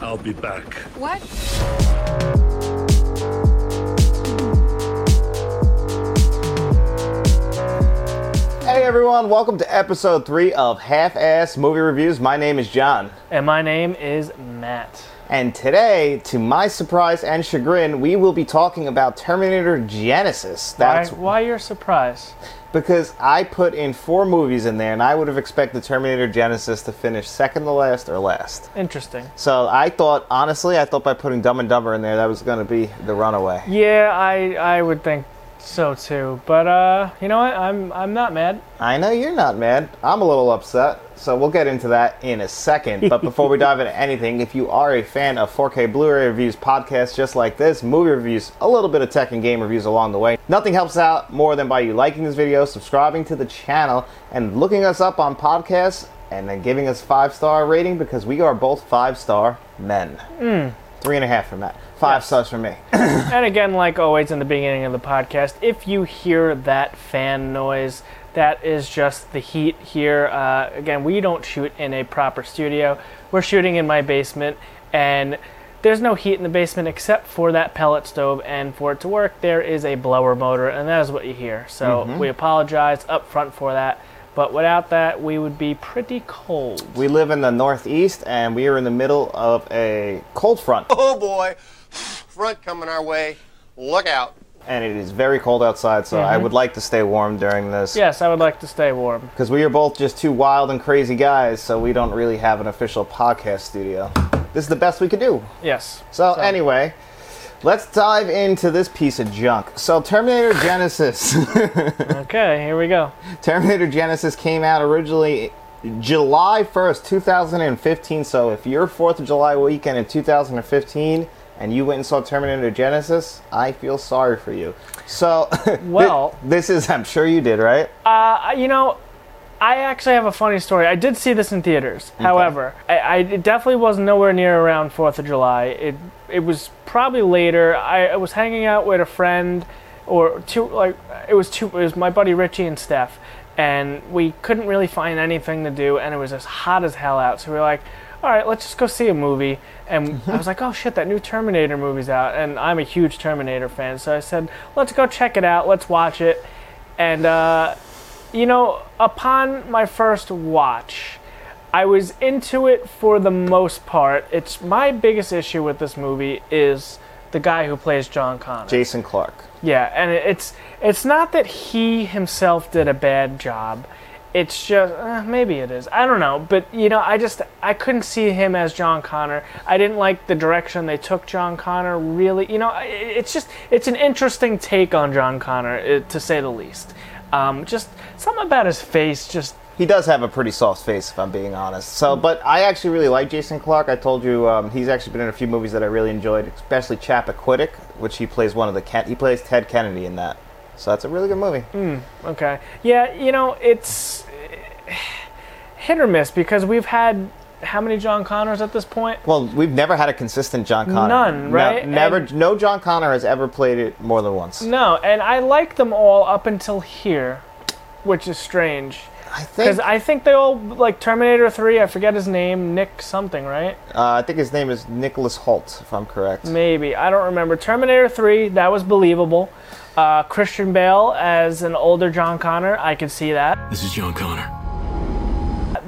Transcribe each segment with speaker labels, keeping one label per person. Speaker 1: I'll be back.
Speaker 2: What?
Speaker 3: Hey everyone, welcome to episode three of Half Ass Movie Reviews. My name is John,
Speaker 4: And my name is Matt.
Speaker 3: and today, to my surprise and chagrin, we will be talking about Terminator Genesis.
Speaker 4: Why,
Speaker 3: That's
Speaker 4: why your surprise?
Speaker 3: because I put in four movies in there, and I would have expected Terminator Genesis to finish second to last or last.
Speaker 4: Interesting.
Speaker 3: So I thought, honestly, I thought by putting Dumb and Dumber in there, that was going to be the runaway.
Speaker 4: Yeah, I I would think so too. But uh, you know what? I'm I'm not mad.
Speaker 3: I know you're not mad. I'm a little upset. So we'll get into that in a second. But before we dive into anything, if you are a fan of 4K Blu-ray reviews, podcasts just like this, movie reviews, a little bit of tech and game reviews along the way, nothing helps out more than by you liking this video, subscribing to the channel, and looking us up on podcasts, and then giving us five-star rating because we are both five-star men. Three and a half for Matt. Five stars for me.
Speaker 4: And again, like always in the beginning of the podcast, if you hear that fan noise, that is just the heat here. Uh, again, we don't shoot in a proper studio. We're shooting in my basement, and there's no heat in the basement except for that pellet stove. And for it to work, there is a blower motor, and that is what you hear. So
Speaker 3: Mm-hmm.
Speaker 4: we apologize up front for that. But without that, we would be pretty cold.
Speaker 3: We live in the Northeast, and we are in the middle of a cold front.
Speaker 5: Oh boy, front coming our way. Look out.
Speaker 3: and it is very cold outside, so I would like to stay warm during this.
Speaker 4: yes, I would like to stay warm.
Speaker 3: Because we are both just two wild and crazy guys, so we don't really have an official podcast studio. This is the best we could do.
Speaker 4: Yes.
Speaker 3: So, anyway, let's dive into this piece of junk. So, Terminator Genesis.
Speaker 4: Okay, here we go.
Speaker 3: Terminator Genesis came out originally July 1st, 2015. So, if your 4th of July weekend in 2015 and you went and saw Terminator Genesis, I feel sorry for you. So,
Speaker 4: Well-
Speaker 3: this is, I'm sure you did, right?
Speaker 4: I- Uh, you know, I actually have a funny story. I did see this in theaters. However, I, I it definitely was nowhere near around Fourth of July. It it was probably later. I, I was hanging out with a friend, or two like it was two. It was my buddy Richie and Steph, and we couldn't really find anything to do, and it was as hot as hell out. So we were like. All right, let's just go see a movie. And I was like, oh shit, that new Terminator movie's out. And I'm a huge Terminator fan. So I said, let's go check it out. Let's watch it. And uh, you know, upon my first watch, I was into it for the most part. It's my biggest issue with this movie is the guy who plays John Connor.
Speaker 3: Jason Clark.
Speaker 4: Yeah, and it- it's it's not that he himself did a bad job. It's just uh, maybe it is. I don't know, but you know, I just I couldn't see him as John Connor. I didn't like the direction they took John Connor. Really, you know, I- it's just it's an interesting take on John Connor eh, to say the least. Um, just something about his face. Just
Speaker 3: He does have a pretty soft face, if I'm being honest. So,
Speaker 4: Hmm.
Speaker 3: but I actually really like Jason Clark. I told you um, he's actually been in a few movies that I really enjoyed, especially Chappaquiddick, which he plays one of the Ken- he plays Ted Kennedy in that. So that's a really good movie.
Speaker 4: Hmm. Okay. Yeah, you know, it's hit or miss because we've had how many John Connors at this point?
Speaker 3: Well, we've never had a consistent John Connor.
Speaker 4: None, right?
Speaker 3: No, never.
Speaker 4: And- Mm,
Speaker 3: no John Connor has ever played it more than once.
Speaker 4: No, and I like them all up until here, which is strange.
Speaker 3: I
Speaker 4: Because
Speaker 3: think. I,
Speaker 4: I think they all, like Terminator 3, I forget his name, Nick something, right?
Speaker 3: uh, I think his name is Nicholas Holt, if I'm correct.
Speaker 4: Maybe. I don't remember. Terminator 3, that was believable. Uh, Christian Bale as an older John Connor, I could see that.
Speaker 6: This is John Connor.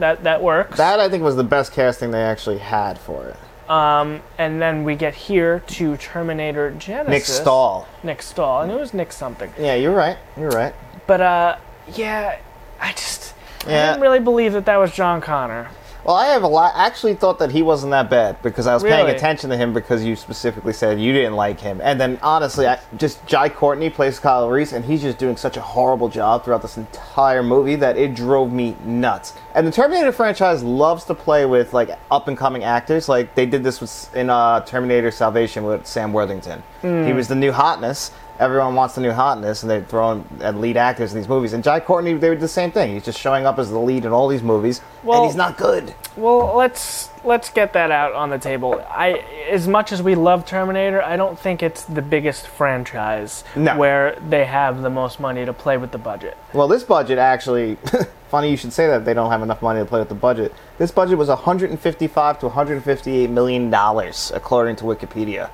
Speaker 4: That, that works.
Speaker 3: That I think was the best casting they actually had for it.
Speaker 4: and then we get here to Terminator Genesis.
Speaker 3: Nick Stahl.
Speaker 4: Nick Stahl. And it was Nick something.
Speaker 3: Yeah, you're right. You're right.
Speaker 4: But uh, yeah, I just I
Speaker 3: Yeah.
Speaker 4: didn't really believe that that was John Connor.
Speaker 3: Well, I have a lot. Actually, thought that he wasn't that bad because I was paying
Speaker 4: Really?
Speaker 3: attention to him because you specifically said you didn't like him. And then honestly, I, just Jai Courtney plays Kyle Reese, and he's just doing such a horrible job throughout this entire movie that it drove me nuts. And the Terminator franchise loves to play with like up and coming actors.
Speaker 4: Hmm.
Speaker 3: Like they did this with, in uh, Terminator Salvation with Sam Worthington. He was the new hotness. everyone wants the new hotness, and they're throwing at lead actors in these movies. And Jai Courtney, they did the same thing. He's just showing up as the lead in all these movies,
Speaker 4: Well-
Speaker 3: and he's not good.
Speaker 4: Well, let's let's get that out on the table. I as much as we love Terminator, I don't think it's the biggest franchise
Speaker 3: No.
Speaker 4: where they have the most money to play with the budget.
Speaker 3: Well, this budget actually, funny you should say that they don't have enough money to play with the budget. This budget was 155 to 158 million dollars, according to Wikipedia.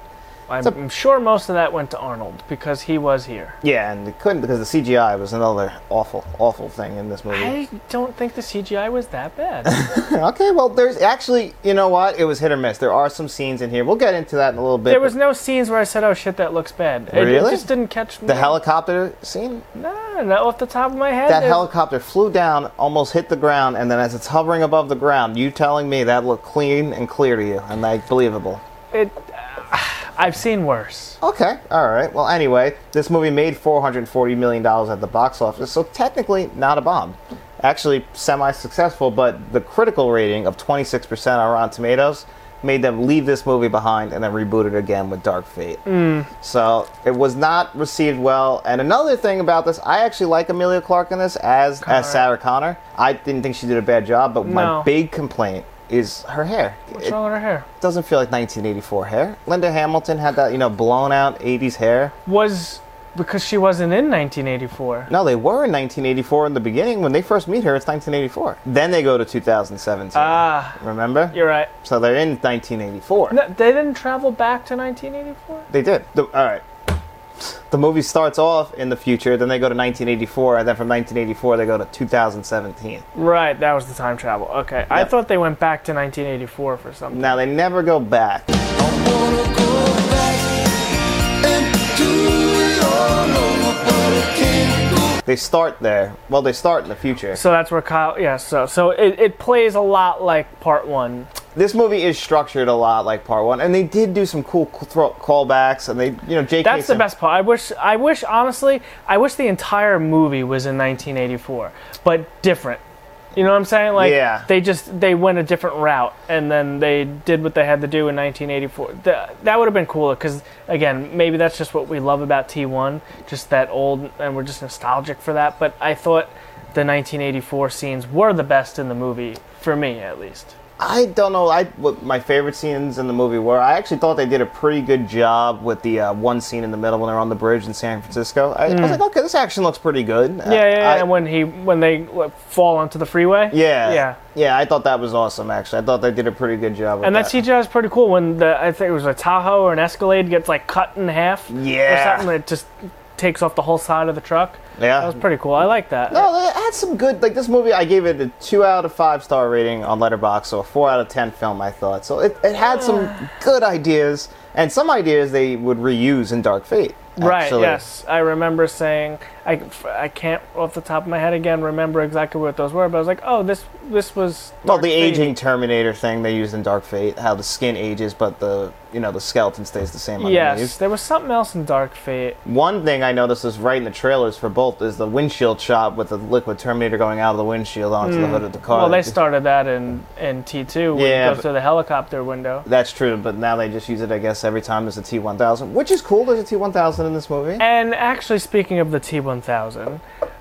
Speaker 4: I'm, I'm sure most of that went to Arnold because he was here.
Speaker 3: Yeah, and it couldn't because the CGI was another awful, awful thing in this movie.
Speaker 4: I don't think the CGI was that bad.
Speaker 3: Okay, well, there's actually, you know what? It was hit or miss. There are some scenes in here. We'll get into that in a little bit.
Speaker 4: there was no scenes where I said, "Oh shit, that looks bad." It- It,
Speaker 3: Really?
Speaker 4: just didn't catch me.
Speaker 3: the helicopter scene.
Speaker 4: No, not off the top of my head.
Speaker 3: That
Speaker 4: There's-
Speaker 3: helicopter flew down, almost hit the ground, and then as it's hovering above the ground, you telling me that looked clean and clear to you and like believable.
Speaker 4: It. uh, I've seen worse.
Speaker 3: Okay, all right. Well, anyway, this movie made 440 million dollars at the box office, so technically not a bomb. Actually, semi-successful, but the critical rating of 26% on Rotten Tomatoes made them leave this movie behind and then reboot it again with Dark Fate.
Speaker 4: Mm.
Speaker 3: So it was not received well. And another thing about this, I actually like Amelia Clark in this as as Sarah Connor. I didn't think she did a bad job, but my
Speaker 4: No.
Speaker 3: big complaint is her hair.
Speaker 4: What's
Speaker 3: It-
Speaker 4: wrong with her hair?
Speaker 3: doesn't feel like 1984 hair. Linda Hamilton had that, you know, blown out 80s hair.
Speaker 4: Was because she wasn't in 1984.
Speaker 3: No, they were in 1984 in the beginning. When they first meet her, it's 1984. Then they go to 2017.
Speaker 4: Ah,
Speaker 3: remember?
Speaker 4: you're right.
Speaker 3: So they're in 1984.
Speaker 4: No, they didn't travel back to 1984.
Speaker 3: They did. The, all right. The movie starts off in the future, then they go to 1984, and then from 1984 they go to 2017.
Speaker 4: Right, that was the time travel. Okay, I
Speaker 3: Yep.
Speaker 4: thought they went back to 1984 for something.
Speaker 3: Now they never go back. They start there. Well, they start in the future.
Speaker 4: So that's where Kyle. Yeah. So so it, it plays a lot like part one.
Speaker 3: this movie is structured a lot like part one, and they did do some cool c- throw- callbacks, and they, you know, J.K.
Speaker 4: That's the
Speaker 3: Sim-
Speaker 4: best part. I wish. I wish honestly. I wish the entire movie was in 1984, but different. You know what I'm saying? Like
Speaker 3: Yeah.
Speaker 4: they just they went a different route, and then they did what they had to do in 1984. Th- that would have been cooler, because again, maybe that's just what we love about T1, just that old, and we're just nostalgic for that. But I thought the 1984 scenes were the best in the movie for me, at least.
Speaker 3: I don't know. I what my favorite scenes in the movie were. I actually thought they did a pretty good job with the uh, one scene in the middle when they're on the bridge in San Francisco. I, I was like, okay, this action looks pretty good.
Speaker 4: Hmm. Yeah, yeah, yeah.
Speaker 3: I,
Speaker 4: and when he when they like, fall onto the freeway.
Speaker 3: yeah,
Speaker 4: yeah.
Speaker 3: yeah. I thought that was awesome. Actually, I thought they did a pretty good job. With
Speaker 4: And that
Speaker 3: that
Speaker 4: CGI is pretty cool when the I think it was a Tahoe or an Escalade gets like cut in half.
Speaker 3: Yeah.
Speaker 4: Or something that just takes off the whole side of the truck.
Speaker 3: Yeah.
Speaker 4: That was pretty cool. I like that.
Speaker 3: No, they had some good. Like this movie, I gave it a two out of five star rating on Letterboxd, so a four out of ten film. I thought so. It, it had some
Speaker 4: Ah.
Speaker 3: good ideas, and some ideas they would reuse in Dark Fate.
Speaker 4: right.
Speaker 3: actually.
Speaker 4: Yes. I remember saying I, I can't off the top of my head again remember exactly what those were, but I was like, oh, this this was.
Speaker 3: Well,
Speaker 4: Dark
Speaker 3: the
Speaker 4: Fate.
Speaker 3: aging Terminator thing they used in Dark Fate, how the skin ages, but the you know the skeleton stays the same.
Speaker 4: Yes,
Speaker 3: underneath.
Speaker 4: there was something else in Dark Fate.
Speaker 3: One thing I noticed is right in the trailers for both is the windshield shot with the liquid Terminator going out of the windshield onto the hood of the car.
Speaker 4: Hmm. Well, they started that in in T two when
Speaker 3: Yeah,
Speaker 4: it goes
Speaker 3: but-
Speaker 4: through the helicopter window.
Speaker 3: That's true, but now they just use it, I guess, every time as a T1000, which is cool. There's a T1000 in this movie.
Speaker 4: And actually, speaking of the T1000,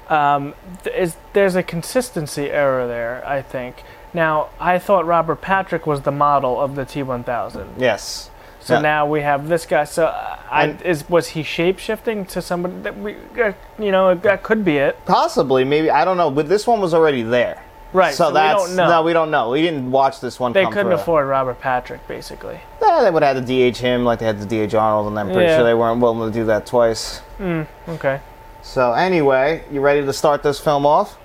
Speaker 4: um, th- is, there's a consistency error there, I think. Now, I thought Robert Patrick was the model of the T1000.
Speaker 3: Yes.
Speaker 4: So
Speaker 3: Yeah.
Speaker 4: now we have this guy. So uh, I,
Speaker 3: And-
Speaker 4: is was he shape shifting to somebody that we, uh, you know, that could be it.
Speaker 3: Possibly, maybe I don't know, but this one was already there.
Speaker 4: Right.
Speaker 3: So,
Speaker 4: So,
Speaker 3: that's
Speaker 4: we don't know.
Speaker 3: no, we don't know. We didn't watch this one.
Speaker 4: they
Speaker 3: come
Speaker 4: couldn't
Speaker 3: through.
Speaker 4: afford Robert Patrick, basically.
Speaker 3: Yeah, they would have to DH him like they had to DH Arnold, and I'm pretty
Speaker 4: Yeah.
Speaker 3: sure they weren't willing to do that twice.
Speaker 4: Okay.
Speaker 3: So anyway, you ready to start this film off?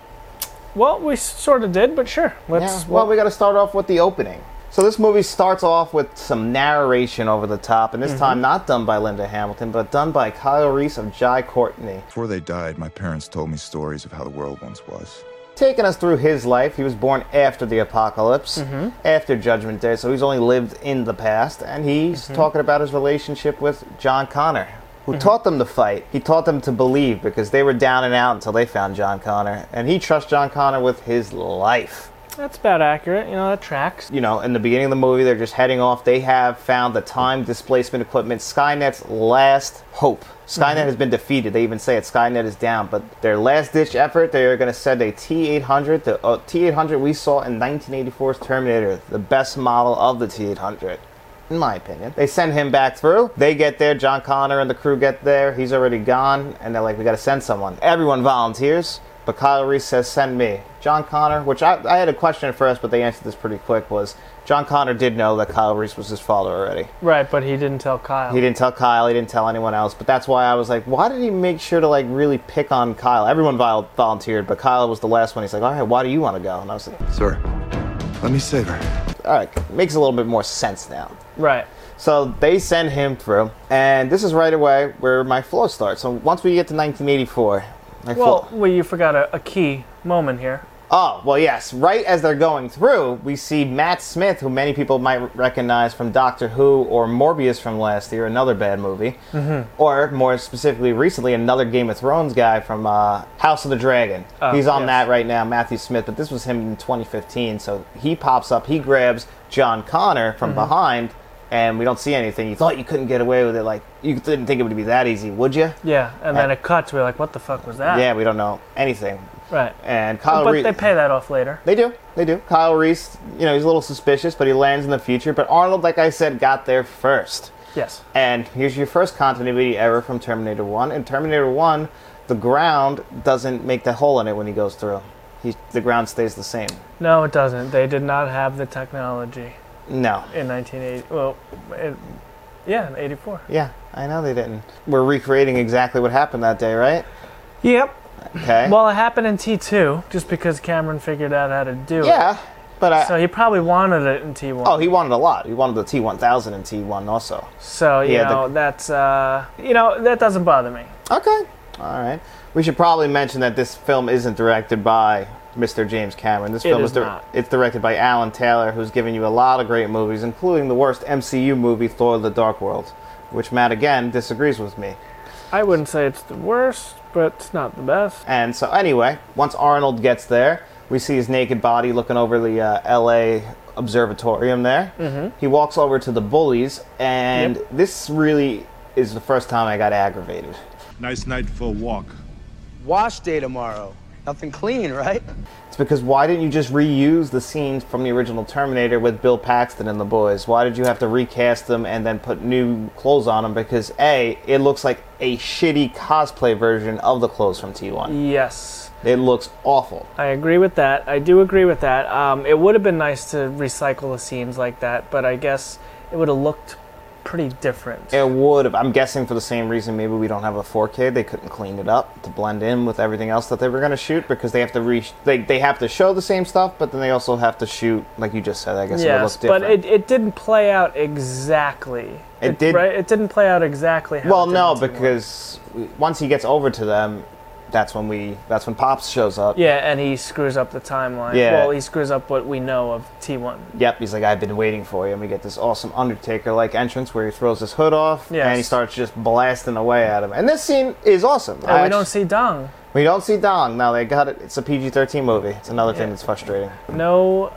Speaker 4: Well, we sort of did, but sure. Let's.
Speaker 3: Well, we got to start off with the opening. So this movie starts off with some narration over the top, and this
Speaker 4: Mm-hmm.
Speaker 3: time not done by Linda Hamilton, but done by Kyle Reese of Jai Courtney.
Speaker 1: Before they died, my parents told me stories of how the world once was.
Speaker 3: taking us through his life. He was born after the apocalypse, after Judgment Day, so he's only lived in the past. And he's talking about his relationship with John Connor, who taught them to fight. He taught them to believe because they were down and out until they found John Connor. And he trusts John Connor with his life.
Speaker 4: That's about accurate. You know, that tracks.
Speaker 3: you know, in the beginning of the movie, they're just heading off. They have found the time displacement equipment, Skynet's last hope. Skynet has been defeated. They even say it. Skynet is down, but their last ditch effort, they are going to send a T800. The uh, T800 we saw in 1984's Terminator, the best model of the T800. In my opinion, they send him back through. They get there. John Connor and the crew get there. He's already gone, and they're like, "We got to send someone." Everyone volunteers. But Kyle Reese says, send me. John Connor, which I, I had a question at first, but they answered this pretty quick, was John Connor did know that Kyle Reese was his father already.
Speaker 4: Right, but he didn't tell Kyle.
Speaker 3: He didn't tell Kyle, he didn't tell anyone else, but that's why I was like, why did he make sure to like really pick on Kyle? Everyone vol- volunteered, but Kyle was the last one. He's like, all right, why do you want to go? And I was like,
Speaker 1: Sir, let me save her.
Speaker 3: all right, makes a little bit more sense now.
Speaker 4: Right.
Speaker 3: So they send him through, and this is right away where my flow starts. So once we get to 1984, my
Speaker 4: Well,
Speaker 3: flow-
Speaker 4: well, you forgot a, a key moment here.
Speaker 3: Oh, well, yes. Right as they're going through, we see Matt Smith, who many people might recognize from Doctor Who or Morbius from last year, another bad movie. Mm-hmm. Or, more specifically, recently, another Game of Thrones guy from uh, House of the Dragon. He's on
Speaker 4: Oh, yes.
Speaker 3: that right now, Matthew Smith, but this was him in 2015. So he pops up, he grabs John Connor from
Speaker 4: Mm-hmm.
Speaker 3: behind, and we don't see anything. You thought you couldn't get away with it. Like, you didn't think it would be that easy, would you?
Speaker 4: Yeah, and then it cuts. We're like, what the fuck was that?
Speaker 3: Yeah, we don't know anything.
Speaker 4: Right.
Speaker 3: And Kyle
Speaker 4: Uh. but
Speaker 3: Reese-
Speaker 4: they pay that off later.
Speaker 3: They do. They do. Kyle Reese, you know, he's a little suspicious, but he lands in the future. But Arnold, like I said, got there first.
Speaker 4: Yes.
Speaker 3: And here's your first continuity error from Terminator 1. In Terminator 1, the ground doesn't make the hole in it when he goes through. He, the ground stays the same.
Speaker 4: No, it doesn't. They did not have the technology
Speaker 3: No.
Speaker 4: in 1980. Well, it, yeah, in 84.
Speaker 3: Yeah, I know they didn't. We're recreating exactly what happened that day, right?
Speaker 4: Yep.
Speaker 3: Okay.
Speaker 4: Well, it happened in T2 just because Cameron figured out how to do it.
Speaker 3: yeah, but I.
Speaker 4: So he probably wanted it in T1.
Speaker 3: oh, he wanted a lot. He wanted the T1000 and T1 also.
Speaker 4: so you
Speaker 3: yeah, the-
Speaker 4: know that's uh, you know that doesn't bother me.
Speaker 3: Okay. All right. We should probably mention that this film isn't directed by Mr. James Cameron. This
Speaker 4: It
Speaker 3: film
Speaker 4: is
Speaker 3: is dir-
Speaker 4: not.
Speaker 3: it's directed by Alan Taylor, who's given you a lot of great movies, including the worst MCU movie, Thor: The Dark World, which Matt again disagrees with me.
Speaker 4: I wouldn't say it's the worst, but it's not the best.
Speaker 3: And so, anyway, once Arnold gets there, we see his naked body looking over the uh, LA observatorium there. Mm-hmm. He walks over to the bullies, and this really is the first time I got aggravated.
Speaker 2: Nice night for a walk.
Speaker 6: Wash day tomorrow. Nothing clean, right?
Speaker 3: It's because why didn't you just reuse the scenes from the original Terminator with Bill Paxton and the boys? Why did you have to recast them and then put new clothes on them? Because A, it looks like a shitty cosplay version of the clothes from T1.
Speaker 4: Yes,
Speaker 3: It looks awful.
Speaker 4: I agree with that. I do agree with that. Um, it would have been nice to recycle the scenes like that, but I guess it would have looked pretty different.
Speaker 3: It would have, I'm guessing for the same reason maybe we don't have a 4K, they couldn't clean it up to blend in with everything else that they were going to shoot because they have to re- they, they have to show the same stuff, but then they also have to shoot like you just said, I guess it would
Speaker 4: yes,
Speaker 3: look different.
Speaker 4: but it, it didn't play out exactly.
Speaker 3: It did-
Speaker 4: Right? It didn't play out exactly. How
Speaker 3: Well,
Speaker 4: it did
Speaker 3: no,
Speaker 4: in T1.
Speaker 3: because once he gets over to them, that's when we that's when Pops shows up.
Speaker 4: yeah, and he screws up the timeline.
Speaker 3: Yeah.
Speaker 4: Well, he screws up what we know of T1.
Speaker 3: Yep, he's like, I've been waiting for you, and we get this awesome Undertaker-like entrance where he throws his hood off,
Speaker 4: Yes.
Speaker 3: and he starts just blasting away at him. And this scene is awesome.
Speaker 4: And
Speaker 3: I
Speaker 4: we don't
Speaker 3: actu-
Speaker 4: see Dong.
Speaker 3: we don't see Don. No, they got it. It's a PG-13 movie. It's another thing that's frustrating.
Speaker 4: No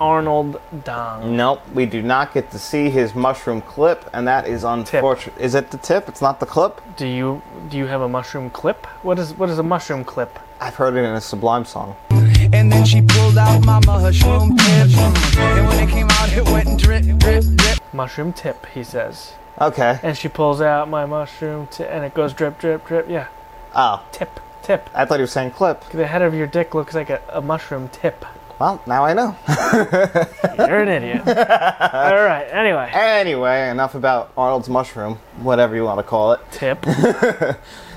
Speaker 4: Arnold Dong.
Speaker 3: Nope, we do not get to see his mushroom clip, and that is unfortunate. Is it the tip? It's not the clip.
Speaker 4: Do you do you have a mushroom clip? What is what is a mushroom clip?
Speaker 3: I've heard it in a Sublime song.
Speaker 6: And then she pulled out my mushroom tip. And when it came out, it went drip, drip, drip.
Speaker 4: Mushroom tip, he says.
Speaker 3: Okay.
Speaker 4: And she pulls out my mushroom tip, and it goes drip, drip, drip. Yeah,
Speaker 3: Oh,
Speaker 4: tip, tip.
Speaker 3: I thought he was saying clip.
Speaker 4: The head of your dick looks like a, a mushroom tip.
Speaker 3: Well, now I know.
Speaker 4: You're an idiot. All right. Anyway,
Speaker 3: Anyway, enough about Arnold's mushroom, whatever you want to call it.
Speaker 4: tip.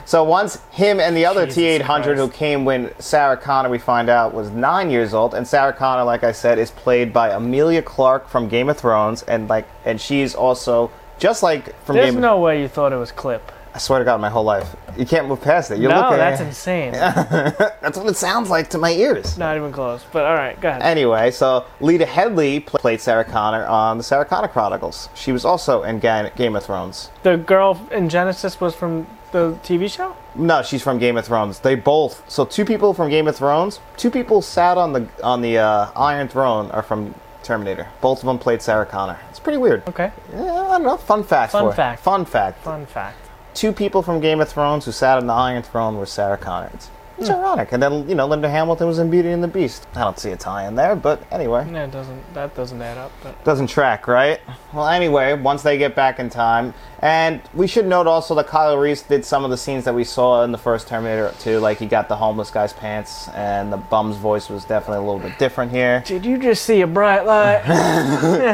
Speaker 3: So once him and the other
Speaker 4: Jesus
Speaker 3: T800 who
Speaker 4: Christ.
Speaker 3: came when Sarah Connor, we find out, was nine years old, and Sarah Connor, like I said, is played by Amelia Clark from Game of Thrones, and like, and she's also just like from
Speaker 4: There's
Speaker 3: Game.
Speaker 4: no way you thought it was clip.
Speaker 3: of, I swear to God, my whole life, you can't move past it. You're
Speaker 4: No,
Speaker 3: looking.
Speaker 4: that's
Speaker 3: at,
Speaker 4: insane.
Speaker 3: that's what it sounds like to my ears.
Speaker 4: Not even close. But all right, go ahead.
Speaker 3: Anyway, so Lita Headley pl- played Sarah Connor on the Sarah Connor Chronicles. She was also in Ga- Game of Thrones.
Speaker 4: the girl in Genesis was from the TV show.
Speaker 3: No, she's from Game of Thrones. They both. So two people from Game of Thrones, two people sat on the on the uh, Iron Throne are from Terminator. Both of them played Sarah Connor. It's pretty weird.
Speaker 4: Okay.
Speaker 3: Yeah, I don't know. Fun fact.
Speaker 4: Fun
Speaker 3: for you.
Speaker 4: fact.
Speaker 3: Fun fact.
Speaker 4: Fun fact.
Speaker 3: Two people from Game of Thrones who sat on the Iron Throne were Sarah Connor. It's,
Speaker 4: Hmm.
Speaker 3: it's ironic. And then you know Linda Hamilton was in Beauty and the Beast. I don't see a tie in there, but anyway.
Speaker 4: No, it doesn't. That doesn't add up. But
Speaker 3: Doesn't track, right? Well, anyway, once they get back in time, and we should note also that Kyle Reese did some of the scenes that we saw in the first Terminator too. Like he got the homeless guy's pants, and the bum's voice was definitely a little bit different here.
Speaker 4: did you just see a bright light?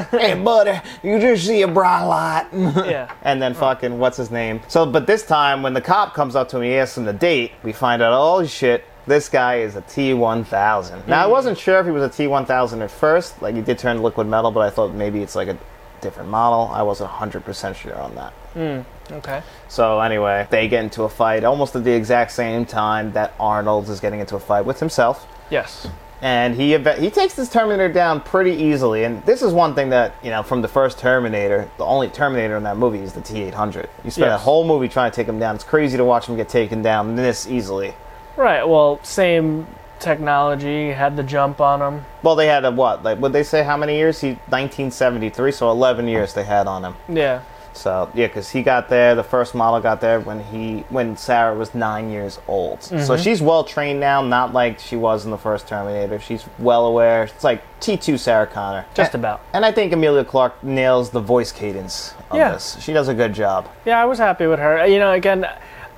Speaker 3: Hey, buddy, you just see a bright light.
Speaker 4: yeah.
Speaker 3: and then fucking what's his name? So, but this time when the cop comes up to him, he asks him the date. We find out, oh shit, this guy is a T1000. Now I wasn't sure if he was a T1000 at first. Like he did turn to liquid metal, but I thought maybe it's like a different model. I wasn't 100% sure on that.
Speaker 4: Okay.
Speaker 3: So anyway, they get into a fight almost at the exact same time that Arnold is getting into a fight with himself
Speaker 4: Yes.
Speaker 3: and he eve- he takes this Terminator down pretty easily. And this is one thing that you know from the first Terminator, the only Terminator in that movie is the T800. You spend a
Speaker 4: Yes.
Speaker 3: whole movie trying to take him down. It's crazy to watch him get taken down this easily.
Speaker 4: Right. Well, same technology. Had the jump on him.
Speaker 3: Well, they had a what? Like, would they say how many years? He 1973, so 11 years they had on him.
Speaker 4: Yeah.
Speaker 3: So yeah, because he got there, the first model got there when he when Sarah was nine years old. So
Speaker 4: Mm-hmm.
Speaker 3: she's well trained now, not like she was in the first Terminator. She's well aware. It's like T two Sarah Connor,
Speaker 4: Just
Speaker 3: A-
Speaker 4: about.
Speaker 3: And I think Amelia Clark nails the voice cadence on
Speaker 4: Yeah.
Speaker 3: this. She does a good job.
Speaker 4: Yeah, I was happy with her. You know, again,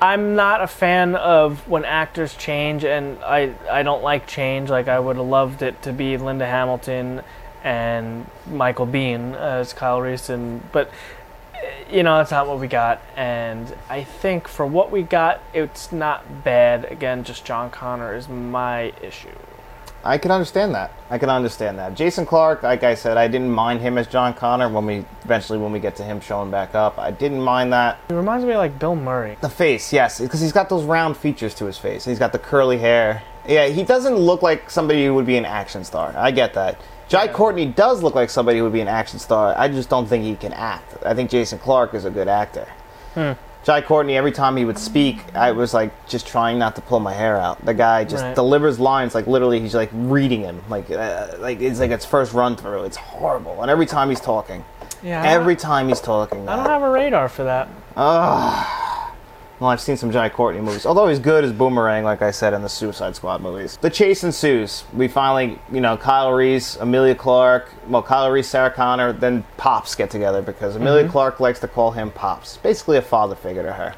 Speaker 4: I'm not a fan of when actors change, and I I don't like change. Like I would have loved it to be Linda Hamilton and Michael Bean as Kyle Reese, and but eh, you know that's not what we got. And I think for what we got, it's not bad. Again, just John Connor is my issue.
Speaker 3: I can understand that. I can understand that. Jason Clark, like I said, I didn't mind him as John Connor when we eventually when we get to him showing back up. I didn't mind that.
Speaker 4: He reminds me of, like Bill Murray.
Speaker 3: The face, yes, because he's got those round features to his face. He's got the curly hair. Yeah, he doesn't look like somebody who would be an action star. I get that. Jai Courtney does look like somebody who would be an action star. I just don't think he can act. I think Jason Clark is a good actor.
Speaker 4: Hmm.
Speaker 3: Jai Courtney, every time he would speak, I was like just trying not to pull my hair out. The guy just
Speaker 4: Right.
Speaker 3: delivers lines like literally he's like reading him, like uh, like it's like it's first run through. It's horrible, and every time he's talking,
Speaker 4: Yeah, I don't-
Speaker 3: every time he's talking,
Speaker 4: I don't have a radar for that.
Speaker 3: Well, I've seen some Jai Courtney movies. Although he's good as Boomerang, like I said in the Suicide Squad movies. The chase ensues. We finally, you know, Kyle Reese, Amelia Clark, well, Kyle Reese, Sarah Connor, then Pops get together because Amelia Clark likes to call him Pops. Basically a father figure to her.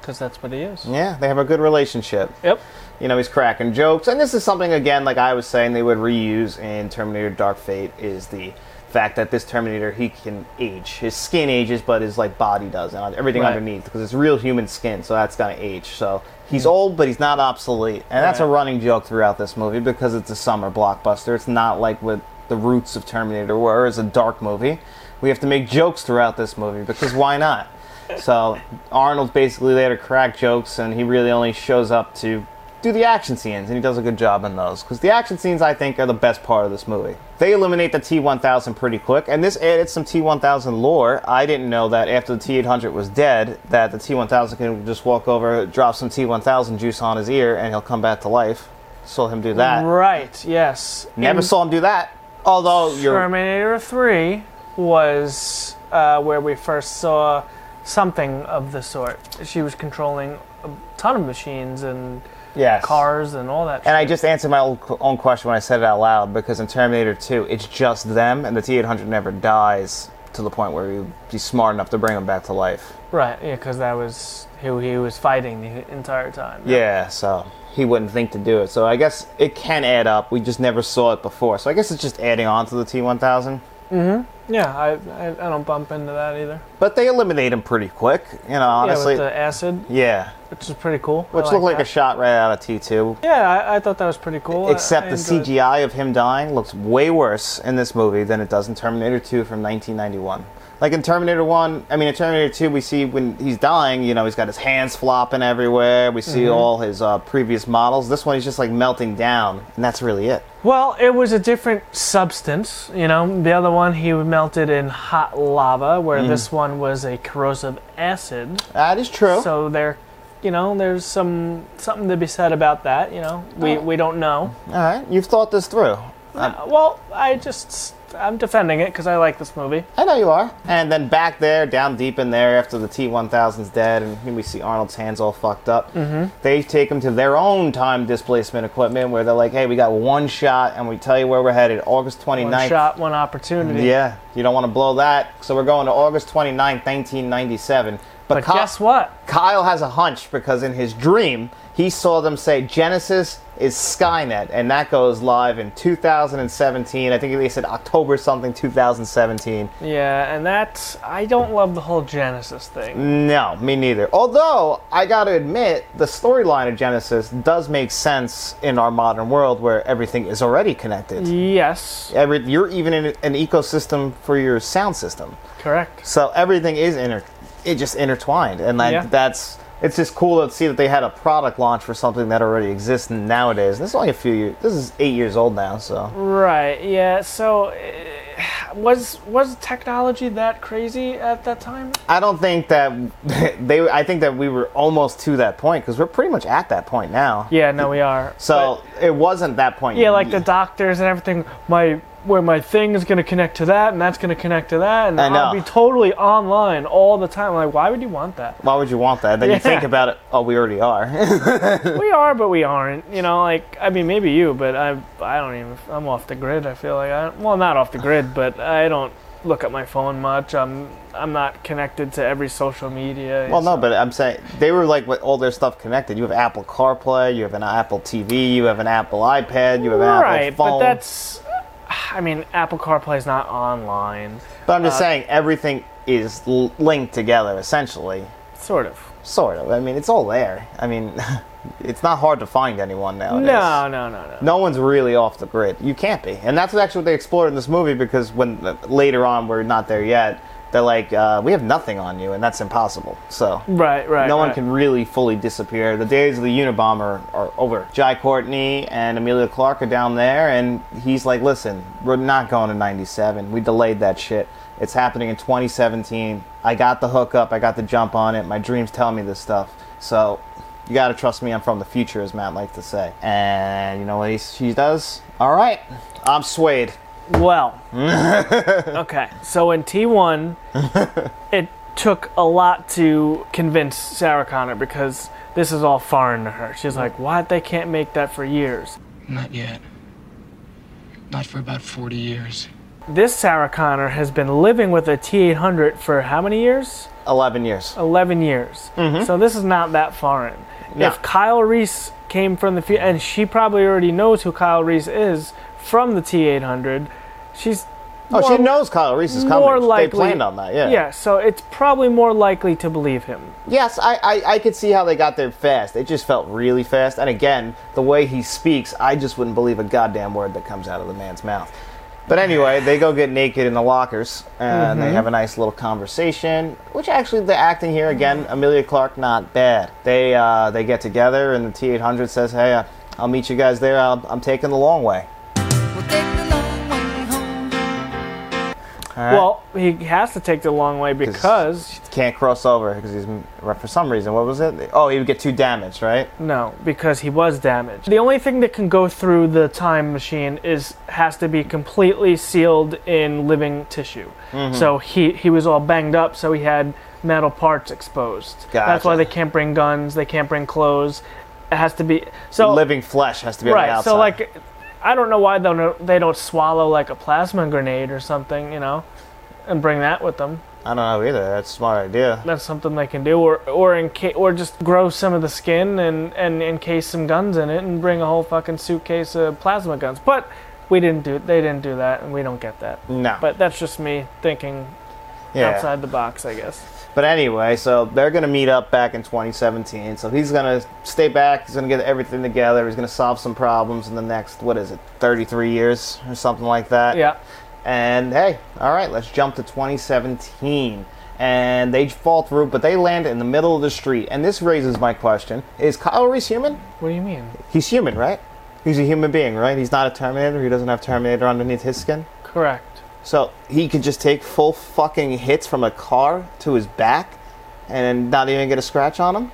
Speaker 4: Because that's what he is.
Speaker 3: Yeah, they have a good relationship.
Speaker 4: Yep.
Speaker 3: You know, he's cracking jokes. And this is something, again, like I was saying, they would reuse in Terminator Dark Fate is the fact that this Terminator, he can age. His skin ages, but his, like, body doesn't. Everything
Speaker 4: Right.
Speaker 3: underneath, because it's real human skin, so that's going to age. So he's old, but he's not obsolete. And that's a
Speaker 4: Right.
Speaker 3: running joke throughout this movie because it's a summer blockbuster. It's not like what the roots of Terminator were. It's a dark movie. We have to make jokes throughout this movie because why not? So Arnold's basically there to crack jokes, and he really only shows up to do the action scenes, and he does a good job in those because the action scenes I think are the best part of this movie. They eliminate the T1000 pretty quick, and this added some T1000 lore. I didn't know that after the T800 was dead, that the T1000 can just walk over, drop some T1000 juice on his ear, and he'll come back to life. Saw him do that.
Speaker 4: Right. Yes.
Speaker 3: Uh, Never
Speaker 4: In-
Speaker 3: saw him do that. Although you're
Speaker 4: Terminator 3 was uh, where we first saw something of the sort. She was controlling a ton of machines and
Speaker 3: yes.
Speaker 4: cars and all that.
Speaker 3: And I
Speaker 4: shit.
Speaker 3: just answered my own own question when I said it out loud because in Terminator 2, it's just them, and the T800 never dies to the point where you'd be smart enough to bring him back to life.
Speaker 4: right, yeah, because that was who he was fighting the entire time.
Speaker 3: Yeah, so he wouldn't think to do it. So I guess it can add up. We just never saw it before. So I guess it's just adding on to the T1000.
Speaker 4: yeah. I, I I don't bump into that either.
Speaker 3: But they eliminate him pretty quick, you know, honestly.
Speaker 4: yeah,
Speaker 3: Yeah.
Speaker 4: with the acid, which is pretty cool.
Speaker 3: Which looked like a shot right out of T2.
Speaker 4: yeah, I, I thought that was pretty cool. I-
Speaker 3: Except
Speaker 4: I
Speaker 3: the
Speaker 4: enjoyed-
Speaker 3: CGI of him dying looks way worse in this movie than it does in Terminator 2 from 1991. Like in Terminator 1, I mean, in Terminator 2, we see when he's dying, you know, he's got his hands flopping everywhere. We
Speaker 4: Mm-hmm.
Speaker 3: see all his uh, previous models. This one, he's just like melting down, and that's really it.
Speaker 4: Well, it was a different substance, you know. The other one he melted in hot lava, where this one was a corrosive acid.
Speaker 3: That is true.
Speaker 4: So they're you know, there's some something to be said about that. You know, we we don't know.
Speaker 3: All right, you've thought this through.
Speaker 4: Uh, well, I just I'm defending it because I like this movie.
Speaker 3: I know you are. And then back there, down deep in there, after the T1000's dead, and here we see Arnold's hands all fucked up. Mm-hmm. They take him to their own time displacement equipment, where they're like, "Hey, we got one shot, and we tell you where we're headed, August
Speaker 4: One
Speaker 3: 29th."
Speaker 4: shot, one opportunity.
Speaker 3: Yeah, you don't want to blow that. So we're going to August 29th, 1997. But,
Speaker 4: But
Speaker 3: Ky-
Speaker 4: guess what?
Speaker 3: Kyle has a hunch because in his dream, he saw them say Genesis is Skynet, and that goes live in 2017. I think they said October something 2017.
Speaker 4: Yeah, and that's I don't love the whole Genesis thing.
Speaker 3: No, me neither. Although, I gotta admit, the storyline of Genesis does make sense in our modern world where everything is already
Speaker 4: Mm.
Speaker 3: connected.
Speaker 4: Yes,
Speaker 3: Every, you're even in an ecosystem for your sound system.
Speaker 4: correct.
Speaker 3: So everything is inter- it just intertwined, and like
Speaker 4: Yeah.
Speaker 3: that's it's just cool to see that they had a product launch for something that already exists nowadays. And this is only a few years. This is eight years old now, so
Speaker 4: Right. Yeah. So, uh, was was technology that crazy at that time?
Speaker 3: I don't think that they. I think that we were almost to that point because we're pretty much at that point now.
Speaker 4: Yeah. No, we are.
Speaker 3: So it wasn't that point.
Speaker 4: But- yeah, like the doctors and everything. My where my thing is going to connect to that, and that's going to connect to that, and
Speaker 3: I
Speaker 4: I'll
Speaker 3: know.
Speaker 4: be totally online all the time. Like, why would you want that?
Speaker 3: Why would you want that? Then
Speaker 4: Yeah.
Speaker 3: you think about it. Oh, we already are.
Speaker 4: we are, but we aren't. You know, like I mean, maybe you, but I I don't even. I'm off the grid. I feel like I well, not off the grid, but I don't look at my phone much. I'm I'm not connected to every social media.
Speaker 3: well, no, but I'm saying they were like with all their stuff connected. You have Apple CarPlay, you have an Apple TV, you have an Apple iPad, you have an
Speaker 4: right,
Speaker 3: Apple phone.
Speaker 4: but that's. I mean, Apple CarPlay is not online.
Speaker 3: But I'm just
Speaker 4: Uh,
Speaker 3: saying everything is l- linked together, essentially.
Speaker 4: Sort of.
Speaker 3: Sort of. I mean, it's all there. I mean, it's not hard to find anyone nowadays.
Speaker 4: No, no, no, no.
Speaker 3: No one's really off the grid. You can't be, and that's actually what they explored in this movie. Because when uh, later on we're not there yet, they're like, uh, we have nothing on you, and that's impossible. So
Speaker 4: Right, right.
Speaker 3: no one
Speaker 4: right.
Speaker 3: can really fully disappear. The days of the Unabomber are over. Jai Courtney and Amelia Clark are down there, and he's like, listen, we're not going to 97. We delayed that shit. It's happening in 2017. I got the hookup, I got the jump on it. My dreams tell me this stuff. So you gotta trust me, I'm from the future, as Matt likes to say. And you know what he, she does? All right, I'm swayed.
Speaker 4: Well, okay. So in T1, it took a lot to convince Sarah Connor because this is all foreign to her. She's like, what? They can't make that for years.
Speaker 7: Not yet. Not for about 40 years.
Speaker 4: This Sarah Connor has been living with a T800 for how many years?
Speaker 3: 11 years.
Speaker 4: 11 years. So this is not that foreign.
Speaker 3: Mm-hmm. No.
Speaker 4: If Kyle Reese came from the future, and she probably already knows who Kyle Reese is from the T800, she's.
Speaker 3: Oh, she
Speaker 4: more-
Speaker 3: knows Kyle Reese is coming.
Speaker 4: More likely,
Speaker 3: they planned on that, yeah.
Speaker 4: Yeah, so it's probably more likely to believe him.
Speaker 3: Yes, I, I, I could see how they got there fast. It just felt really fast. And again, the way he speaks, I just wouldn't believe a goddamn word that comes out of the man's mouth. But anyway, they go get naked in the lockers and
Speaker 4: Mm-hmm.
Speaker 3: they have a nice little conversation. Which actually, the acting here again, Amelia Clark, not bad. They uh, they get together and the T eight hundred says, "Hey, uh, I'll meet you guys there. I'll, I'm taking the long way."
Speaker 6: We'll take the long way home.
Speaker 4: Well, he has to take the long way because
Speaker 3: Can't cross over because he's for some reason. What was it? Oh, he would get too damaged, right?
Speaker 4: no, because he was damaged. The only thing that can go through the time machine is has to be completely sealed in living tissue.
Speaker 3: Mm-hmm.
Speaker 4: So he he was all banged up, so he had metal parts exposed. That's
Speaker 3: Gotcha.
Speaker 4: why they can't bring guns, they can't bring clothes. It has to be so
Speaker 3: Living flesh has to be on the
Speaker 4: right.
Speaker 3: outside.
Speaker 4: So like, I don't know why they don't they don't swallow like a plasma grenade or something, you know, and bring that with them.
Speaker 3: I don't know either. That's a smart idea.
Speaker 4: That's something they can do, or or inca- or just grow some of the skin and and encase some guns in it and bring a whole fucking suitcase of plasma guns. But we didn't do they didn't do that, and we don't get that.
Speaker 3: No.
Speaker 4: But that's just me thinking
Speaker 3: yeah.
Speaker 4: outside the box, I guess.
Speaker 3: But anyway, so they're going to meet up back in 2017. So he's going to stay back. He's going to get everything together. He's going to solve some problems in the next, what is it, 33 years or something like that.
Speaker 4: Yeah.
Speaker 3: And hey, all right, let's jump to 2017. And they fall through, but they land in the middle of the street. And this raises my question Is Kyle Reese human?
Speaker 4: What do you mean?
Speaker 3: He's human, right? He's a human being, right? He's not a Terminator. He doesn't have Terminator underneath his skin.
Speaker 4: Correct.
Speaker 3: So he could just take full fucking hits from a car to his back and not even get a scratch on him?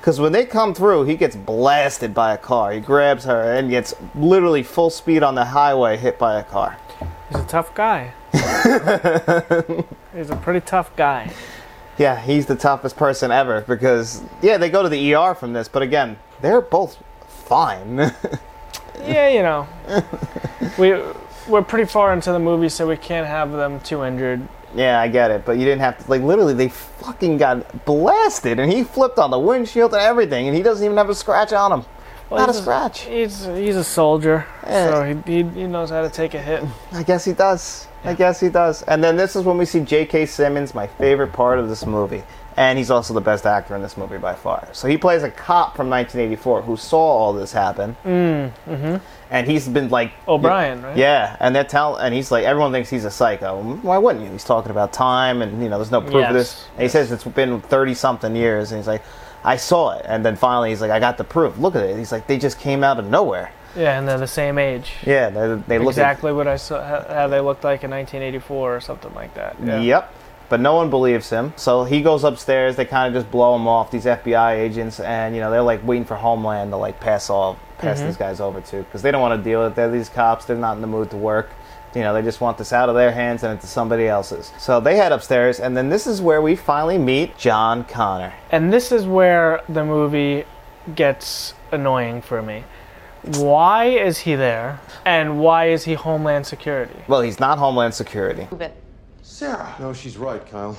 Speaker 3: Because when they come through, he gets blasted by a car. He grabs her and gets literally full speed on the highway hit by a car.
Speaker 4: He's a tough guy. He's a pretty tough guy.
Speaker 3: Yeah, he's the toughest person ever because, yeah, they go to the ER from this, but again, they're both fine.
Speaker 4: Yeah, you know, we we're pretty far into the movie, so we can't have them too injured.
Speaker 3: yeah, I get it, but you didn't have to, like, literally, they fucking got blasted and he flipped on the windshield and everything, and he doesn't even have a scratch on him. Not a
Speaker 4: he's
Speaker 3: scratch.
Speaker 4: He's he's a soldier,
Speaker 3: Yeah.
Speaker 4: so he, he he knows how to take a hit.
Speaker 3: I guess he does. I guess he does. And then this is when we see J.K. Simmons, my favorite part of this movie. And he's also the best actor in this movie by far. So he plays a cop from 1984 who saw all this happen. Mm, mm-hmm. And he's been like
Speaker 4: O'Brien, right?
Speaker 3: Yeah, and that tell and he's like everyone thinks he's a psycho. Why wouldn't you? He's talking about time and you know there's no proof of this.
Speaker 4: Yes.
Speaker 3: And he says it's been 30 something years and he's like I saw it. And then finally he's like I got the proof. Look at it. He's like they just came out of nowhere.
Speaker 4: Yeah, and they're the same age.
Speaker 3: Yeah, they, they look at-
Speaker 4: exactly what I saw how- how they looked like in 1984 or something like that. Yeah.
Speaker 3: Yep. But no one believes him. So he goes upstairs. They kind of just blow him off, these FBI agents. And, you know, they're like waiting for Homeland to like pass all, pass these guys over to because they don't want to deal with it. They're these cops. They're not in the mood to work. You know, they just want this out of their hands and into somebody else's. So they head upstairs. And then this is where we finally meet John Connor.
Speaker 4: And this is where the movie gets annoying for me. Why is he there? And why is he Homeland Security?
Speaker 3: Well, he's not Homeland Security.
Speaker 8: No, she's right, Kyle.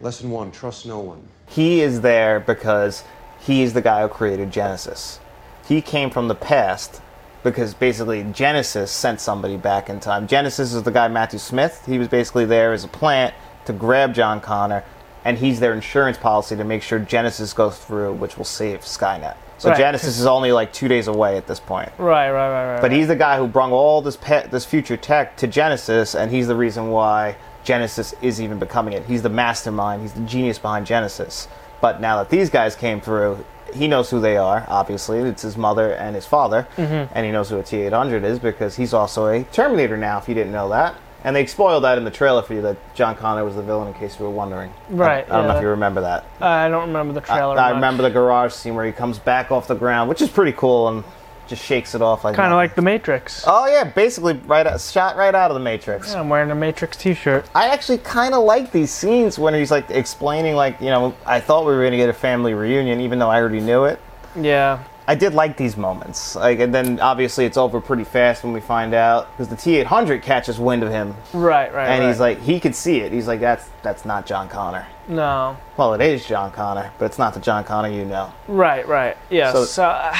Speaker 8: Lesson one trust no one.
Speaker 3: He is there because he's the guy who created Genesis. He came from the past because basically Genesis sent somebody back in time. Genesis is the guy Matthew Smith. He was basically there as a plant to grab John Connor, and he's their insurance policy to make sure Genesis goes through, which will save Skynet. So
Speaker 4: Right.
Speaker 3: Genesis is only like two days away at this point.
Speaker 4: Right, right, right, right.
Speaker 3: But
Speaker 4: right.
Speaker 3: he's the guy who brought all this pe- this future tech to Genesis, and he's the reason why Genesis is even becoming it. He's the mastermind. He's the genius behind Genesis. But now that these guys came through, he knows who they are. Obviously, it's his mother and his father,
Speaker 4: Mm-hmm.
Speaker 3: and he knows who a T800 is because he's also a Terminator now. If you didn't know that, and they spoiled that in the trailer for you that John Connor was the villain, in case you were wondering.
Speaker 4: Right,
Speaker 3: I, I don't know
Speaker 4: yeah.
Speaker 3: if you remember that.
Speaker 4: I don't remember the trailer.
Speaker 3: I, I remember the garage scene where he comes back off the ground, which is pretty cool, and just shakes it off like
Speaker 4: kind
Speaker 3: nothing.
Speaker 4: of like The Matrix.
Speaker 3: Oh yeah, basically right out, shot right out of the Matrix.
Speaker 4: Yeah, I'm wearing a Matrix T-shirt.
Speaker 3: I actually kind of like these scenes when he's like explaining, like you know, I thought we were gonna get a family reunion, even though I already knew it.
Speaker 4: Yeah,
Speaker 3: I did like these moments, like, and then obviously it's over pretty fast when we find out because the T800 catches wind of him,
Speaker 4: right, right.
Speaker 3: and
Speaker 4: right.
Speaker 3: he's like, he could see it. He's like, that's that's not John Connor.
Speaker 4: no,
Speaker 3: Well, it is John Connor, but it's not the John Connor you know.
Speaker 4: right, right. Yeah.
Speaker 3: So-
Speaker 4: So, uh,